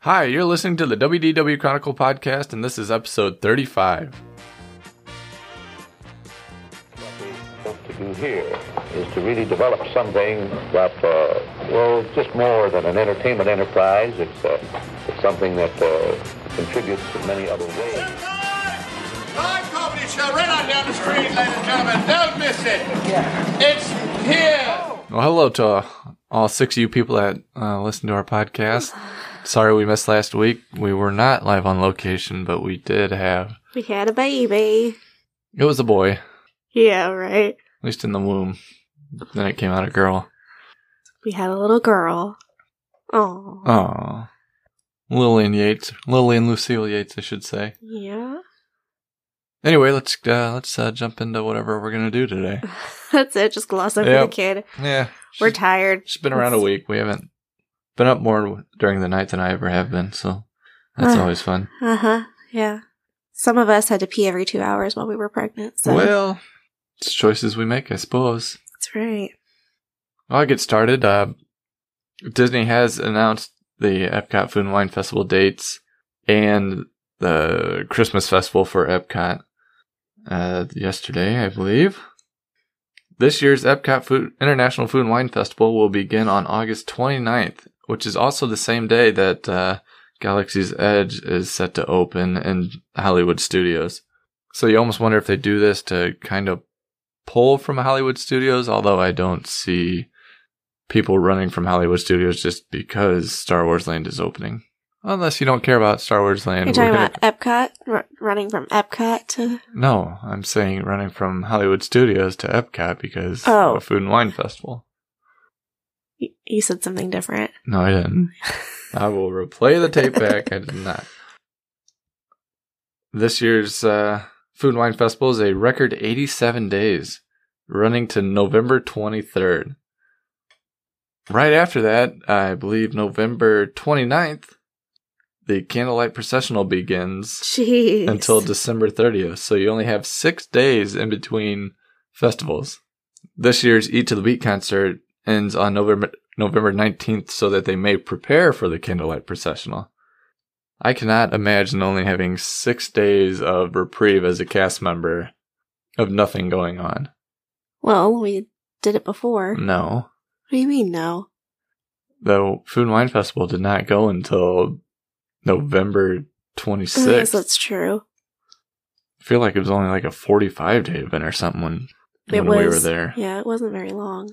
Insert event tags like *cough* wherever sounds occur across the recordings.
Hi, you're listening to the WDW Chronicle podcast, and this is episode 35. What to do here is to really develop something that, uh, well, just more than an entertainment enterprise. It's, uh, it's something that uh, contributes in many other ways. Live comedy show right on down the street, ladies and gentlemen. Don't miss it. It's here. Well, hello to uh, all six of you people that uh, listen to our podcast. Sorry we missed last week. We were not live on location, but we did have. We had a baby. It was a boy, at Yeah, right. least in the womb. Then it came out a girl. We had a little girl. Oh, Oh, Lillian Yates, Lillian Lucille Yates, I should say. yeah. *laughs* Anyway, let's uh, let's uh, jump into whatever we're gonna do today. That's it. Just gloss over Yep. the kid. Yeah, We're she's- tired. It's been around a week. We haven't been up more during the night than I ever have been, so that's Ah. always fun. Uh huh. Yeah. Some of us had to pee every two hours while we were pregnant. So Well, it's choices we make, I suppose. that's right. Well, I'll get started. Uh, Disney has announced the Epcot Food and Wine Festival dates and the Christmas Festival for Epcot uh, yesterday, I believe. This year's Epcot Food International Food and Wine Festival will begin on August 29th, which is also the same day that uh, Galaxy's Edge is set to open in Hollywood Studios. So you almost wonder if they do this to kind of pull from Hollywood Studios, although I don't see people running from Hollywood Studios just because Star Wars Land is opening. Unless you don't care about Star Wars Land. You're talking we're gonna- about Epcot? R- running from Epcot to. no, I'm saying running from Hollywood Studios to Epcot because of Oh. a food and wine festival. y- You said something different. No, I didn't. I will replay the tape back. I did not. This year's uh, Food and Wine Festival is a record 87 days, running to November 23rd. Right after that, I believe November 29th, the candlelight processional begins Jeez. until December 30th. So you only have six days in between festivals. This year's Eat to the Beat concert ends on November November 19th so that they may prepare for the candlelight processional. I cannot imagine only having six days of reprieve as a cast member of nothing going on. Well, we did it before. Mm. What No. do you mean, no? The Food and Wine Festival did not go until November I guess 26th. Oh, that's true. I feel like it was only like a 45 day event or something when, It when we were was- there. Yeah, it wasn't very long.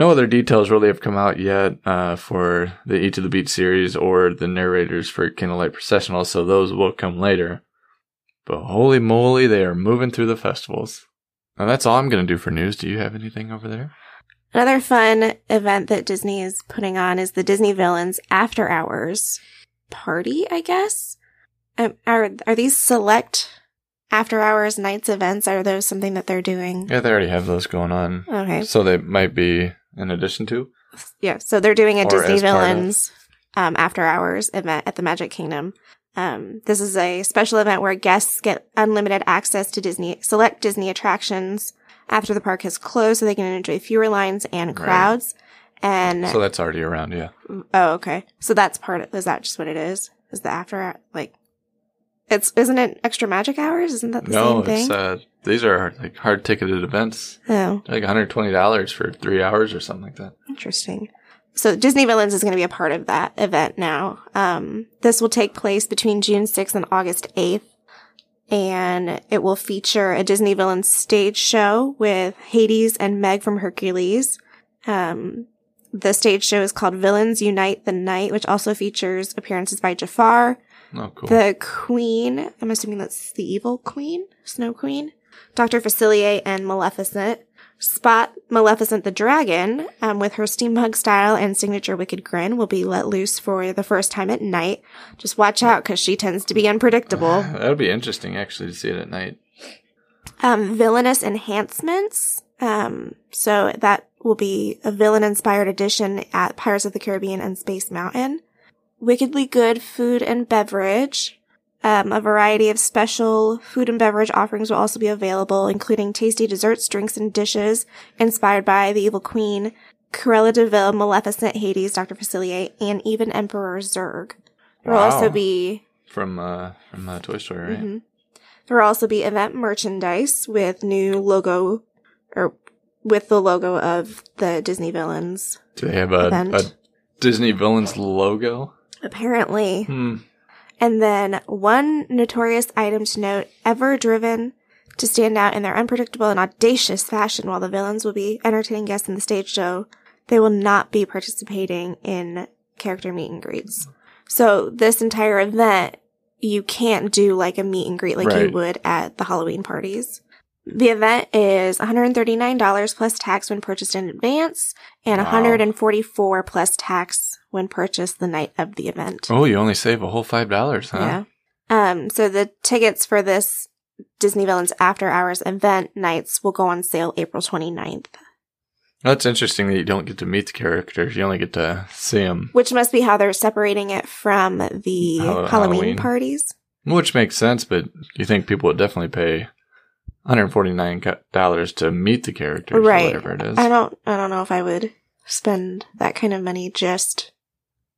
No other details really have come out yet uh, for the Eat to the Beat series or the narrators for Candlelight Processional, so those will come later. But holy moly, they are moving through the festivals. Now that's all I'm going to do for news. Do you have anything over there? Another fun event that Disney is putting on is the Disney Villains After Hours party, I guess. Um, are are these select after hours nights events? Are those something that they're doing? Yeah, they already have those going on. Okay, So they might be in addition to. yeah. So they're doing a Or Disney as part of- Villains um, After Hours event at the Magic Kingdom. Um, this is a special event where guests get unlimited access to Disney select Disney attractions after the park has closed, so they can enjoy fewer lines and Right. crowds. And So that's already around, yeah. Oh, okay. So that's part of is that just what it is? Is the after like it's isn't it extra magic hours? Isn't that the No, same thing? it's uh, these are like hard ticketed events, oh, like $120 for three hours or something like that. interesting. So Disney Villains is going to be a part of that event now. Um, this will take place between June 6th and August 8th. And it will feature a Disney Villains stage show with Hades and Meg from Hercules. Um, the stage show is called Villains Unite the Night, which also features appearances by Jafar, Oh, cool. The queen, I'm assuming that's the evil queen, Snow Queen, Dr. Facilier and Maleficent. Spot Maleficent the Dragon, um, with her steampunk style and signature wicked grin, will be let loose for the first time at night. Just watch out because she tends to be unpredictable. that would be interesting actually to see it at night. um, villainous enhancements. Um, so that will be a villain inspired edition at Pirates of the Caribbean and Space Mountain. Wickedly good food and beverage. Um, a variety of special food and beverage offerings will also be available, including tasty desserts, drinks, and dishes inspired by the Evil Queen, Corella Deville, Maleficent, Hades, Dr. Facilier, and even Emperor Zurg. There will also be from uh from uh, Toy Story, right? mhm. there will also be event merchandise with new logo or with the logo of the Disney villains. Do they have a, Event. a Disney villains logo? Apparently, Hmm. And then one notorious item to note ever driven to stand out in their unpredictable and audacious fashion while the villains will be entertaining guests in the stage show, they will not be participating in character meet and greets. So this entire event, you can't do like a meet and greet like you Right. would at the Halloween parties. The event is $139 plus tax when purchased in advance and Wow. 144 plus tax when purchased the night of the event. Oh, you only save a whole five dollars, huh? Yeah. Um, so the tickets for this Disney Villains After Hours event nights will go on sale April 29th, That's interesting that you don't get to meet the characters. You only get to see them, which must be how they're separating it from the Hall- Halloween, Halloween. parties. which makes sense. But you think people would definitely pay one hundred forty nine dollars to meet the characters, Right. Or whatever it is. I don't I don't know if I would spend that kind of money just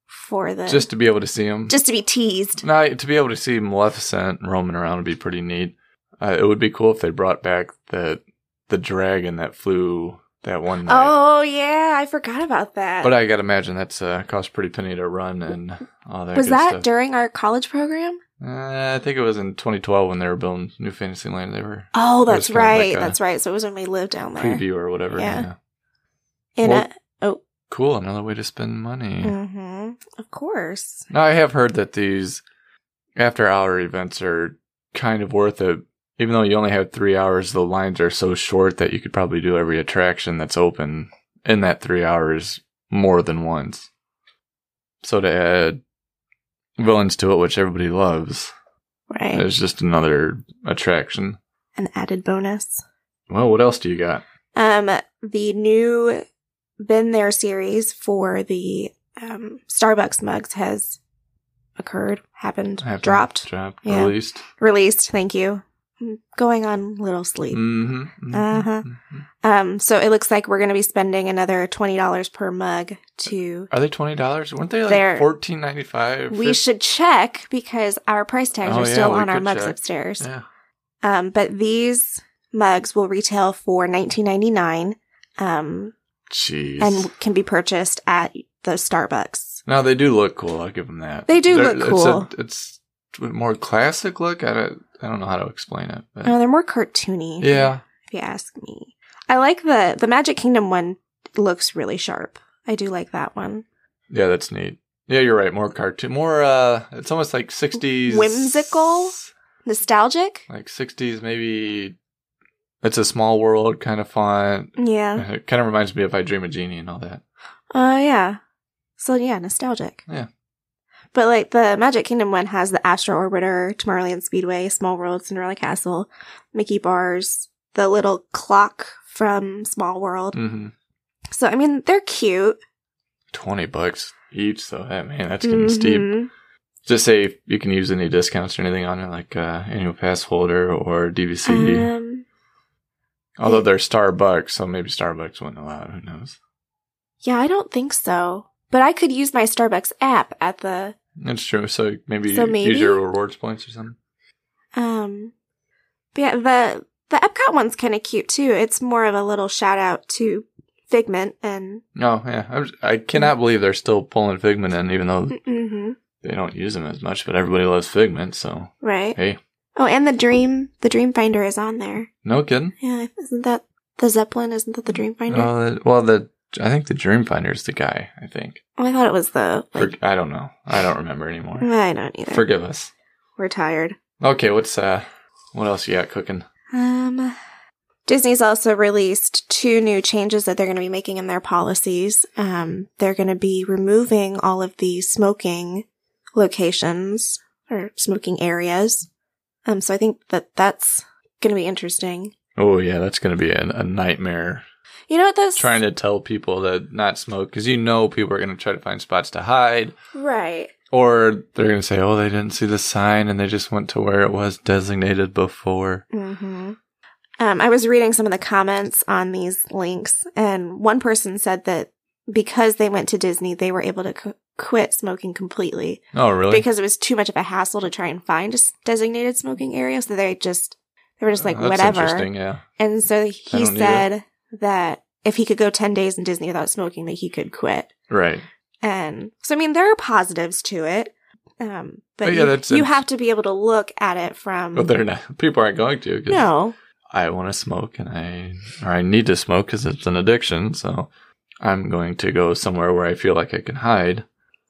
for the Just to be able to see them. just to be teased. No, to be able to see Maleficent roaming around would be pretty neat. Uh, it would be cool if they brought back the the dragon that flew that one night. Oh yeah, I forgot about that. But I gotta imagine that's uh, cost pretty penny to run and all that. was good that stuff. during our college program? Uh, I think it was in 2012 when they were building New Fantasyland. They were Oh, It was that's kind of like right. a that's right. So it was when we lived down there. preview or whatever. Yeah. Yeah. In Well- a, oh, Cool. Another way to spend money. hmm of course. Now I have heard that these after hour events are kind of worth it. Even though you only have three hours, the lines are so short that you could probably do every attraction that's open in that three hours more than once. So to add villains to it, which everybody loves, Right. is just another attraction. an added bonus. Well, what else do you got? Um, the new Been There series for the um, Starbucks mugs has occurred, happened, Happened, dropped, dropped, Yeah. released. released. Thank you. I'm going on little sleep. Mm-hmm. Uh-huh. Um, so it looks like we're going to be spending another twenty dollars per mug to. Are they twenty dollars? Weren't they They're- like fourteen ninety five? We should check because our price tags Oh, are yeah, still we on our could mugs check. upstairs. Yeah. Um, but these mugs will retail for nineteen ninety nine. Um, Jeez. and can be purchased at the Starbucks. No, they do look cool. I'll give them that. They do They're- look it's a- cool. It's a, more classic look. I don't, I don't know how to explain it. But No, Oh, they're more cartoony. yeah, If you ask me. I like the the Magic Kingdom one looks really sharp. I do like that one. yeah, that's neat. Yeah, you're right. More cartoon. More. uh It's almost like sixties Whimsical? Nostalgic? Like sixties, maybe. It's a small world kind of font. Yeah. Uh, It kind of reminds me of I Dream a Genie and all that. Oh yeah. So yeah, nostalgic. Yeah. But like the Magic Kingdom one has the Astro Orbiter, Tomorrowland Speedway, Small World, Cinderella Castle, Mickey Bars, the little clock from Small World. hmm So I mean they're cute. Twenty bucks each, though. That man, that's getting steep. Mhm. Just say if you can use any discounts or anything on it, like uh, annual pass holder or DVC. Um, Although they're Starbucks, so maybe Starbucks wouldn't allow it. Who knows? yeah, I don't think so. But I could use my Starbucks app at the That's true. So maybe, So maybe? use your rewards points or something. um but yeah, the the Epcot one's kind of cute too. It's more of a little shout out to Figment and No, Oh, yeah. I, was, I cannot believe they're still pulling Figment in, even though hmm they don't use them as much. But everybody loves Figment, so right. hey, Oh, and the Dream the Dream Finder is on there. no kidding. Yeah, isn't that the Zeppelin? Isn't that the Dream Finder? Uh, the- well, the I think the Dreamfinder is the guy. I think. oh, I thought it was the. For, Like, I don't know. I don't remember anymore. I don't either. Forgive us. We're tired. Okay, what's uh, what else you got cooking? Um, Disney's also released two new changes that they're going to be making in their policies. Um, they're going to be removing all of the smoking locations or smoking areas. Um, so I think that that's going to be interesting. Oh yeah, that's gonna be a, a nightmare You know what? That's trying to tell people to not smoke because you know people are going to try to find spots to hide right. or they're going to say oh they didn't see the sign and they just went to where it was designated before Mm-hmm. Um, I was reading some of the comments on these links, and one person said that because they went to Disney, they were able to co- quit smoking completely Oh, really? because it was too much of a hassle to try and find a s- designated smoking area. So they just, they were just like, Oh, That's whatever. Interesting. Yeah. And so I he don't need said that if he could go 10 days in Disney without smoking, that he could quit. Right. And so, I mean, there are positives to it. Um, but Oh, yeah, you, that's- Oh, you that's- have to be able to look at it from. But they're not. People aren't going to. 'cause no. I want to smoke, and I or I need to smoke because it's an addiction. So I'm going to go somewhere where I feel like I can hide.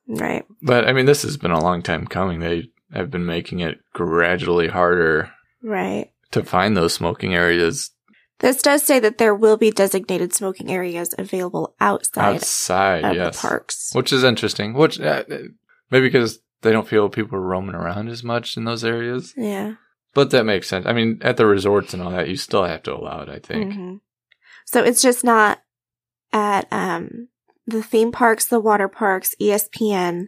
Right. But I mean, this has been a long time coming. They have been making it gradually harder Right. to find those smoking areas This does say that there will be designated smoking areas available outside outside. of yes. the parks. which is interesting. Which uh, uh, maybe because they don't feel people are roaming around as much in those areas, Yeah. but that makes sense. I mean, at the resorts and all that, you still have to allow it. I think. Mhm. So it's just not at um, the theme parks, the water parks, E ESPN,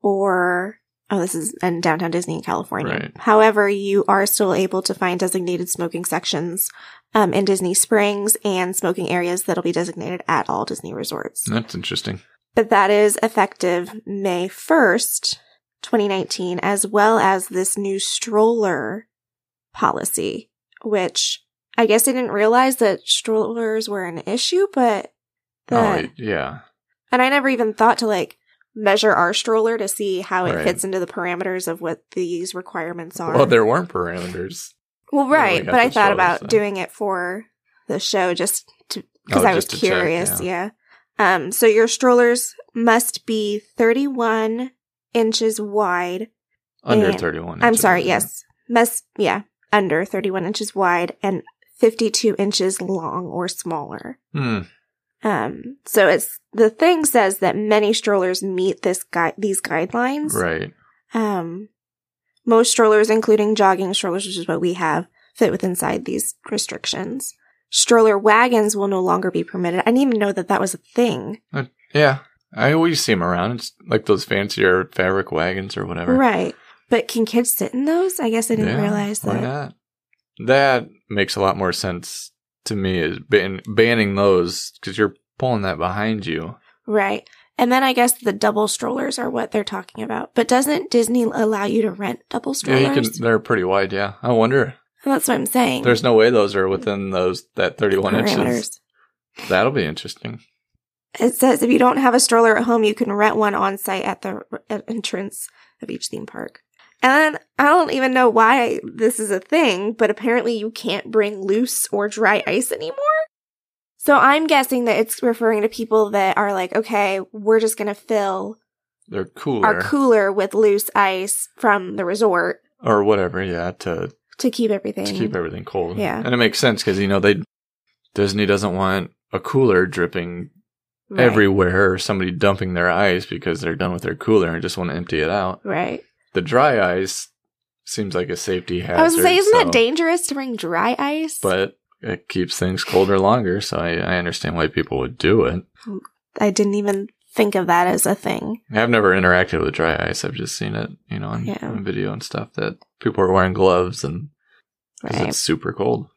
or oh, this is in downtown Disney in California. Right. However, you are still able to find designated smoking sections um, in Disney Springs and smoking areas that'll be designated at all Disney resorts. That's interesting. But that is effective May 1st, 2019, as well as this new stroller policy, which I guess I didn't realize that strollers were an issue, but the, Oh it- yeah, and I never even thought to like measure our stroller to see how it Right. fits into the parameters of what these requirements are. Well, there weren't parameters. Well, Well, right, we got but I the thought show, about so. doing it for the show just to because Oh, I was just to check, curious. yeah. Um. So your strollers must be thirty-one inches wide. Under And- 31. I'm inches, sorry. right? Yes. Must. Yeah. Under thirty-one inches wide and fifty-two inches long or smaller. Hmm. Um. So it's the thing says that many strollers meet this guide these guidelines. Right. Um, most strollers, including jogging strollers, which is what we have, fit within inside these restrictions. Stroller wagons will no longer be permitted. I didn't even know that that was a thing. Yeah. I always see them around. It's like those fancier fabric wagons or whatever. Right. But can kids sit in those? I guess I didn't Yeah, realize Why that. not? That makes a lot more sense to me is ban- banning those because you're pulling that behind you. Right. And then I guess the double strollers are what they're talking about. But doesn't Disney allow you to rent double strollers? Yeah, you can. They're pretty wide. Yeah, I wonder. That's what I'm saying. There's no way those are within those that 31 inches. parameters. That'll be interesting. It says if you don't have a stroller at home, you can rent one on site at the r- at entrance of each theme park. And then I don't even know why this is a thing, but apparently you can't bring loose or dry ice anymore. So I'm guessing that it's referring to people that are like, okay, we're just going to fill They're cooler our cooler with loose ice from the resort or whatever. Yeah, to to keep everything. to keep everything cold. Yeah. and it makes sense because you know they Disney doesn't want a cooler dripping Right. everywhere or somebody dumping their ice because they're done with their cooler and just want to empty it out. Right. The dry ice seems like a safety hazard. I was going to say, isn't so- that dangerous to bring dry ice? But it keeps things colder longer, so I, I understand why people would do it. I didn't even think of that as a thing. I've never interacted with dry ice. I've just seen it, you know, on, Yeah. on video and stuff that people are wearing gloves and 'cause Right. it's super cold.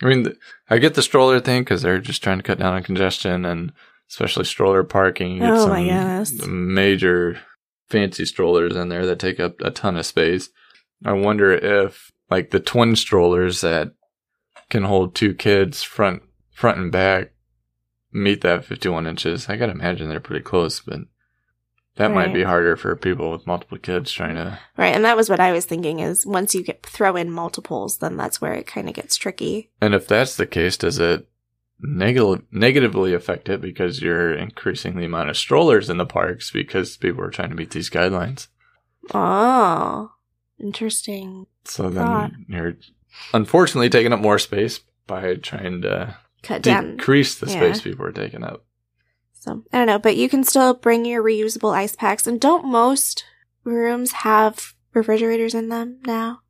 I mean, th- I get the stroller thing because they're just trying to cut down on congestion and especially stroller parking. You get Oh my some goodness. Major fancy strollers in there that take up a ton of space. I wonder if like the twin strollers that can hold two kids front front and back meet that 51 inches. I gotta imagine they're pretty close, but that Right. might be harder for people with multiple kids trying to. Right, and that was what I was thinking is once you get throw in multiples, then that's where it kind of gets tricky. And if that's the case, does it neg- negatively affect it because you're increasing the amount of strollers in the parks because people are trying to meet these guidelines? Oh, interesting. So then Ah. you're unfortunately taking up more space by trying to Cut down. decrease the Yeah. space people are taking up. So, I don't know, but you can still bring your reusable ice packs and don't most rooms have refrigerators in them now?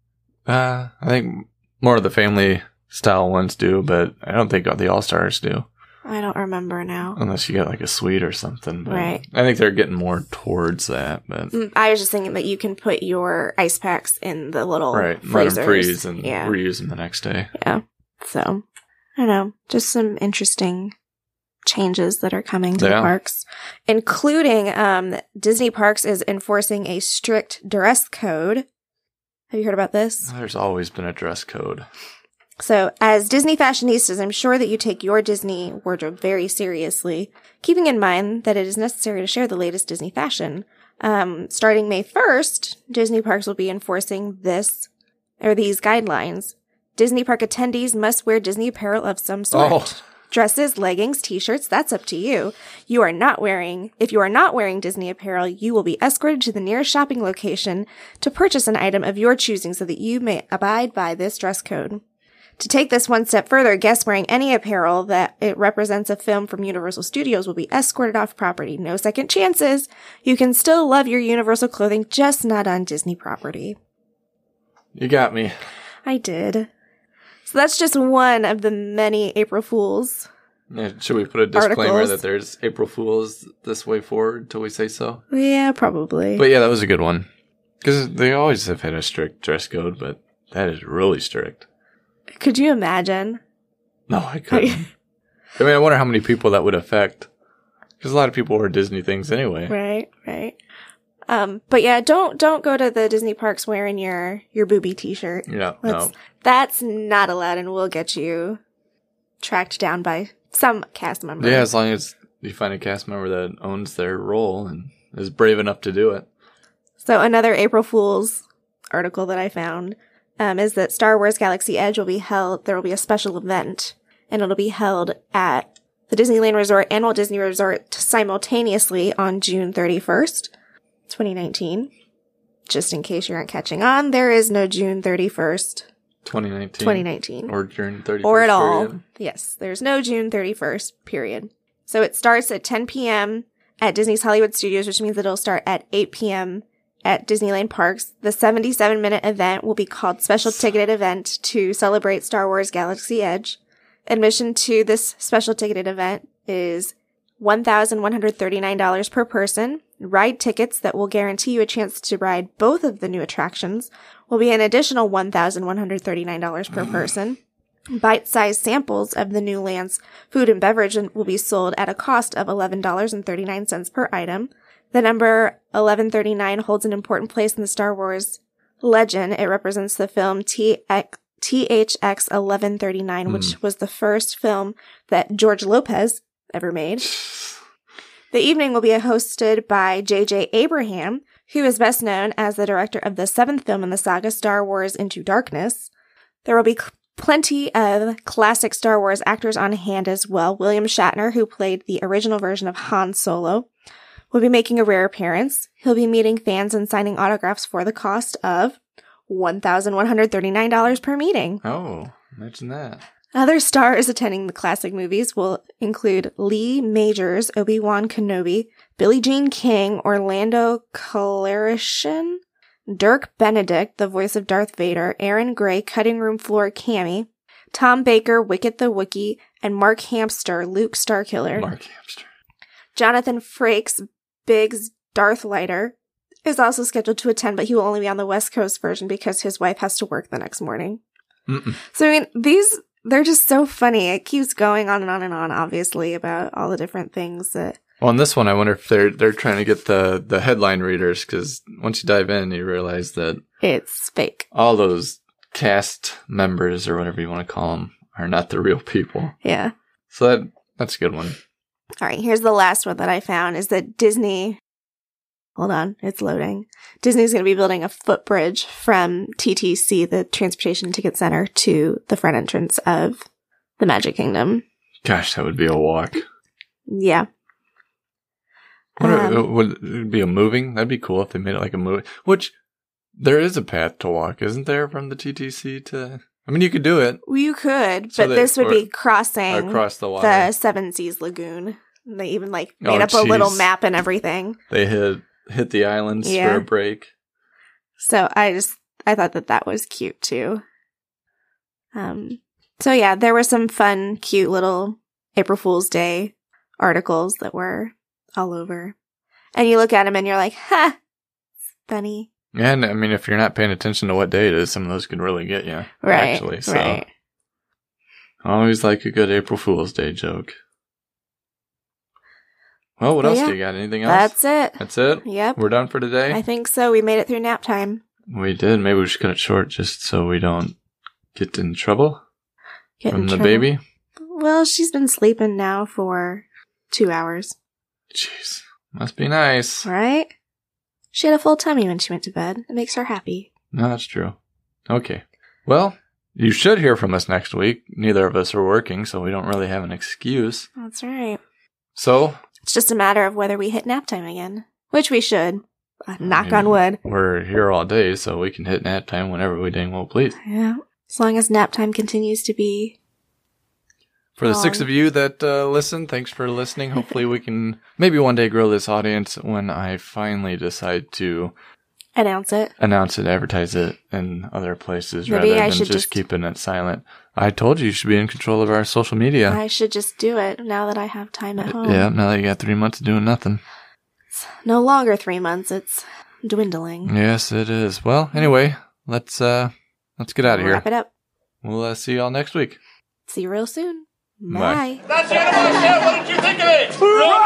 Uh, I think more of the family style ones do, but I don't think the All Stars do, I don't remember now. unless you get like a suite or something. But Right. I think they're getting more towards that, but Mm, I was just thinking that you can put your ice packs in the little right, let freezers. them freeze and yeah. reuse them the next day. So, I don't know, just some interesting changes that are coming to the Yeah. parks, including um, Disney Parks is enforcing a strict dress code. Have you heard about this? There's always been a dress code. So, as Disney fashionistas, I'm sure that you take your Disney wardrobe very seriously, keeping in mind that it is necessary to share the latest Disney fashion. Um, starting May 1st, Disney parks will be enforcing this or these guidelines. Disney park attendees must wear Disney apparel of some sort. Oh, Dresses, leggings, t-shirts, that's up to you. You are not wearing, if you are not wearing Disney apparel, you will be escorted to the nearest shopping location to purchase an item of your choosing so that you may abide by this dress code. To take this one step further, guests wearing any apparel that it represents a film from Universal Studios will be escorted off property. No second chances. You can still love your Universal clothing, just not on Disney property. you got me. I did. So that's just one of the many April Fools. Yeah, Should we put a disclaimer Articles. that there's April Fools this way forward till we say so? Yeah, probably. But yeah, that was a good one. Because they always have had a strict dress code, but that is really strict. Could you imagine? No, I couldn't. *laughs* I mean, I wonder how many people that would affect. Because a lot of people wear Disney things anyway. Right, right. Um, but yeah, don't don't go to the Disney parks wearing your your booby T-shirt. Yeah, no. Let's- That's not allowed, and we'll get you tracked down by some cast member. Yeah, as long as you find a cast member that owns their role and is brave enough to do it. So another April Fools article that I found um, is that Star Wars Galaxy Edge will be held. There will be a special event, and it'll be held at the Disneyland Resort and Walt Disney Resort simultaneously on June thirty first, twenty nineteen. Just in case you aren't catching on, there is no June thirty first, 2019. twenty nineteen Or during 30 or at all. Yes, there's no June 31st period. So it starts at 10 p.m. at Disney's Hollywood Studios, which means that it'll start at 8 p.m. at Disneyland Parks. The 77 minute event will be called Special Ticketed Event to celebrate Star Wars Galaxy Edge. Admission to this special ticketed event is $1,139 per person. Ride tickets that will guarantee you a chance to ride both of the new attractions will be an additional $1,139 per person. Bite sized samples of the new land's food and beverage will be sold at a cost of $11.39 per item. The number 1139 holds an important place in the Star Wars legend. It represents the film TX, THX 1139, which was the first film that George Lopez ever made. The evening will be hosted by J.J. Abraham, who is best known as the director of the seventh film in the saga Star Wars Into Darkness. There will be cl- plenty of classic Star Wars actors on hand as well. William Shatner, who played the original version of Han Solo, will be making a rare appearance. He'll be meeting fans and signing autographs for the cost of $1,139 per meeting. Oh, imagine that. Other stars attending the classic movies will include Lee Majors, Obi Wan Kenobi, Billie Jean King, Orlando Calrissian, Dirk Benedict, the voice of Darth Vader, Aaron Gray, cutting room floor Cammy, Tom Baker, Wicket the Wookie, and Mark Hamster, Luke Starkiller. Mark Hamster. Jonathan Frakes, Biggs Darth Lighter, is also scheduled to attend, but he will only be on the West Coast version because his wife has to work the next morning. Mm-mm. So I mean, these they're just so funny. It keeps going on and on and on, obviously, about all the different things that On this one, I wonder if they're they're trying to get the the headline readers because once you dive in, you realize that it's fake. all those cast members or whatever you want to call them are not the real people. Yeah. So that that's a good one. All right, here's the last one that I found is that Disney Hold on, it's loading. Disney's going to be building a footbridge from TTC, the Transportation Ticket Center, to the front entrance of the Magic Kingdom. Gosh, that would be a walk. Yeah. What Um, would it be a moving? That'd be cool if they made it like a movie. Which there is a path to walk, isn't there, from the TTC to? I mean, you could do it Well, You could, So but they- this would be or- crossing across the water. the Seven Seas Lagoon. And They even like made Oh, up a little jeez. map and everything. They hit hit the islands Yeah. for a break. So I just I thought that that was cute too. Um. So yeah, there were some fun, cute little April Fool's Day articles that were all over, and you look at them and you're like, "Ha, it's funny, And I mean, if you're not paying attention to what day it is, some of those can really get you. right? Actually, so right? I always like a good April Fool's Day joke. Well, what Well, else yeah. do you got? Anything else? That's it. That's it. Yep. We're done for today. I think so. We made it through nap time. we did. Maybe we should cut it short just so we don't get in trouble Get in from the trouble. baby. Well, she's been sleeping now for two hours, Jeez. Must be nice. right? She had a full tummy when she went to bed. It makes her happy. No, that's true. Okay. Well, you should hear from us next week. Neither of us are working, so we don't really have an excuse. That's right. So It's just a matter of whether we hit nap time again, which we should. Uh, knock mean- on wood. we're here all day, so we can hit nap time whenever we dang well please. Yeah. As long as nap time continues to be. For the six Um, of you that uh, listen, thanks for listening. Hopefully, we can *laughs* maybe one day grow this audience when I finally decide to Announce it. announce it, advertise it in other places Maybe rather I than should just, just- keeping it silent. I told you you should be in control of our social media. I should just do it now that I have time at home. Yeah, now that you got three months of doing nothing. No longer three months. It's dwindling. Yes, it is. Well, anyway, let's uh let's get out of here. Wrap it up. We'll uh, see y'all next week. See you real soon. Bye. Bye. That's the end of our show. What did you think of it? Hurrah!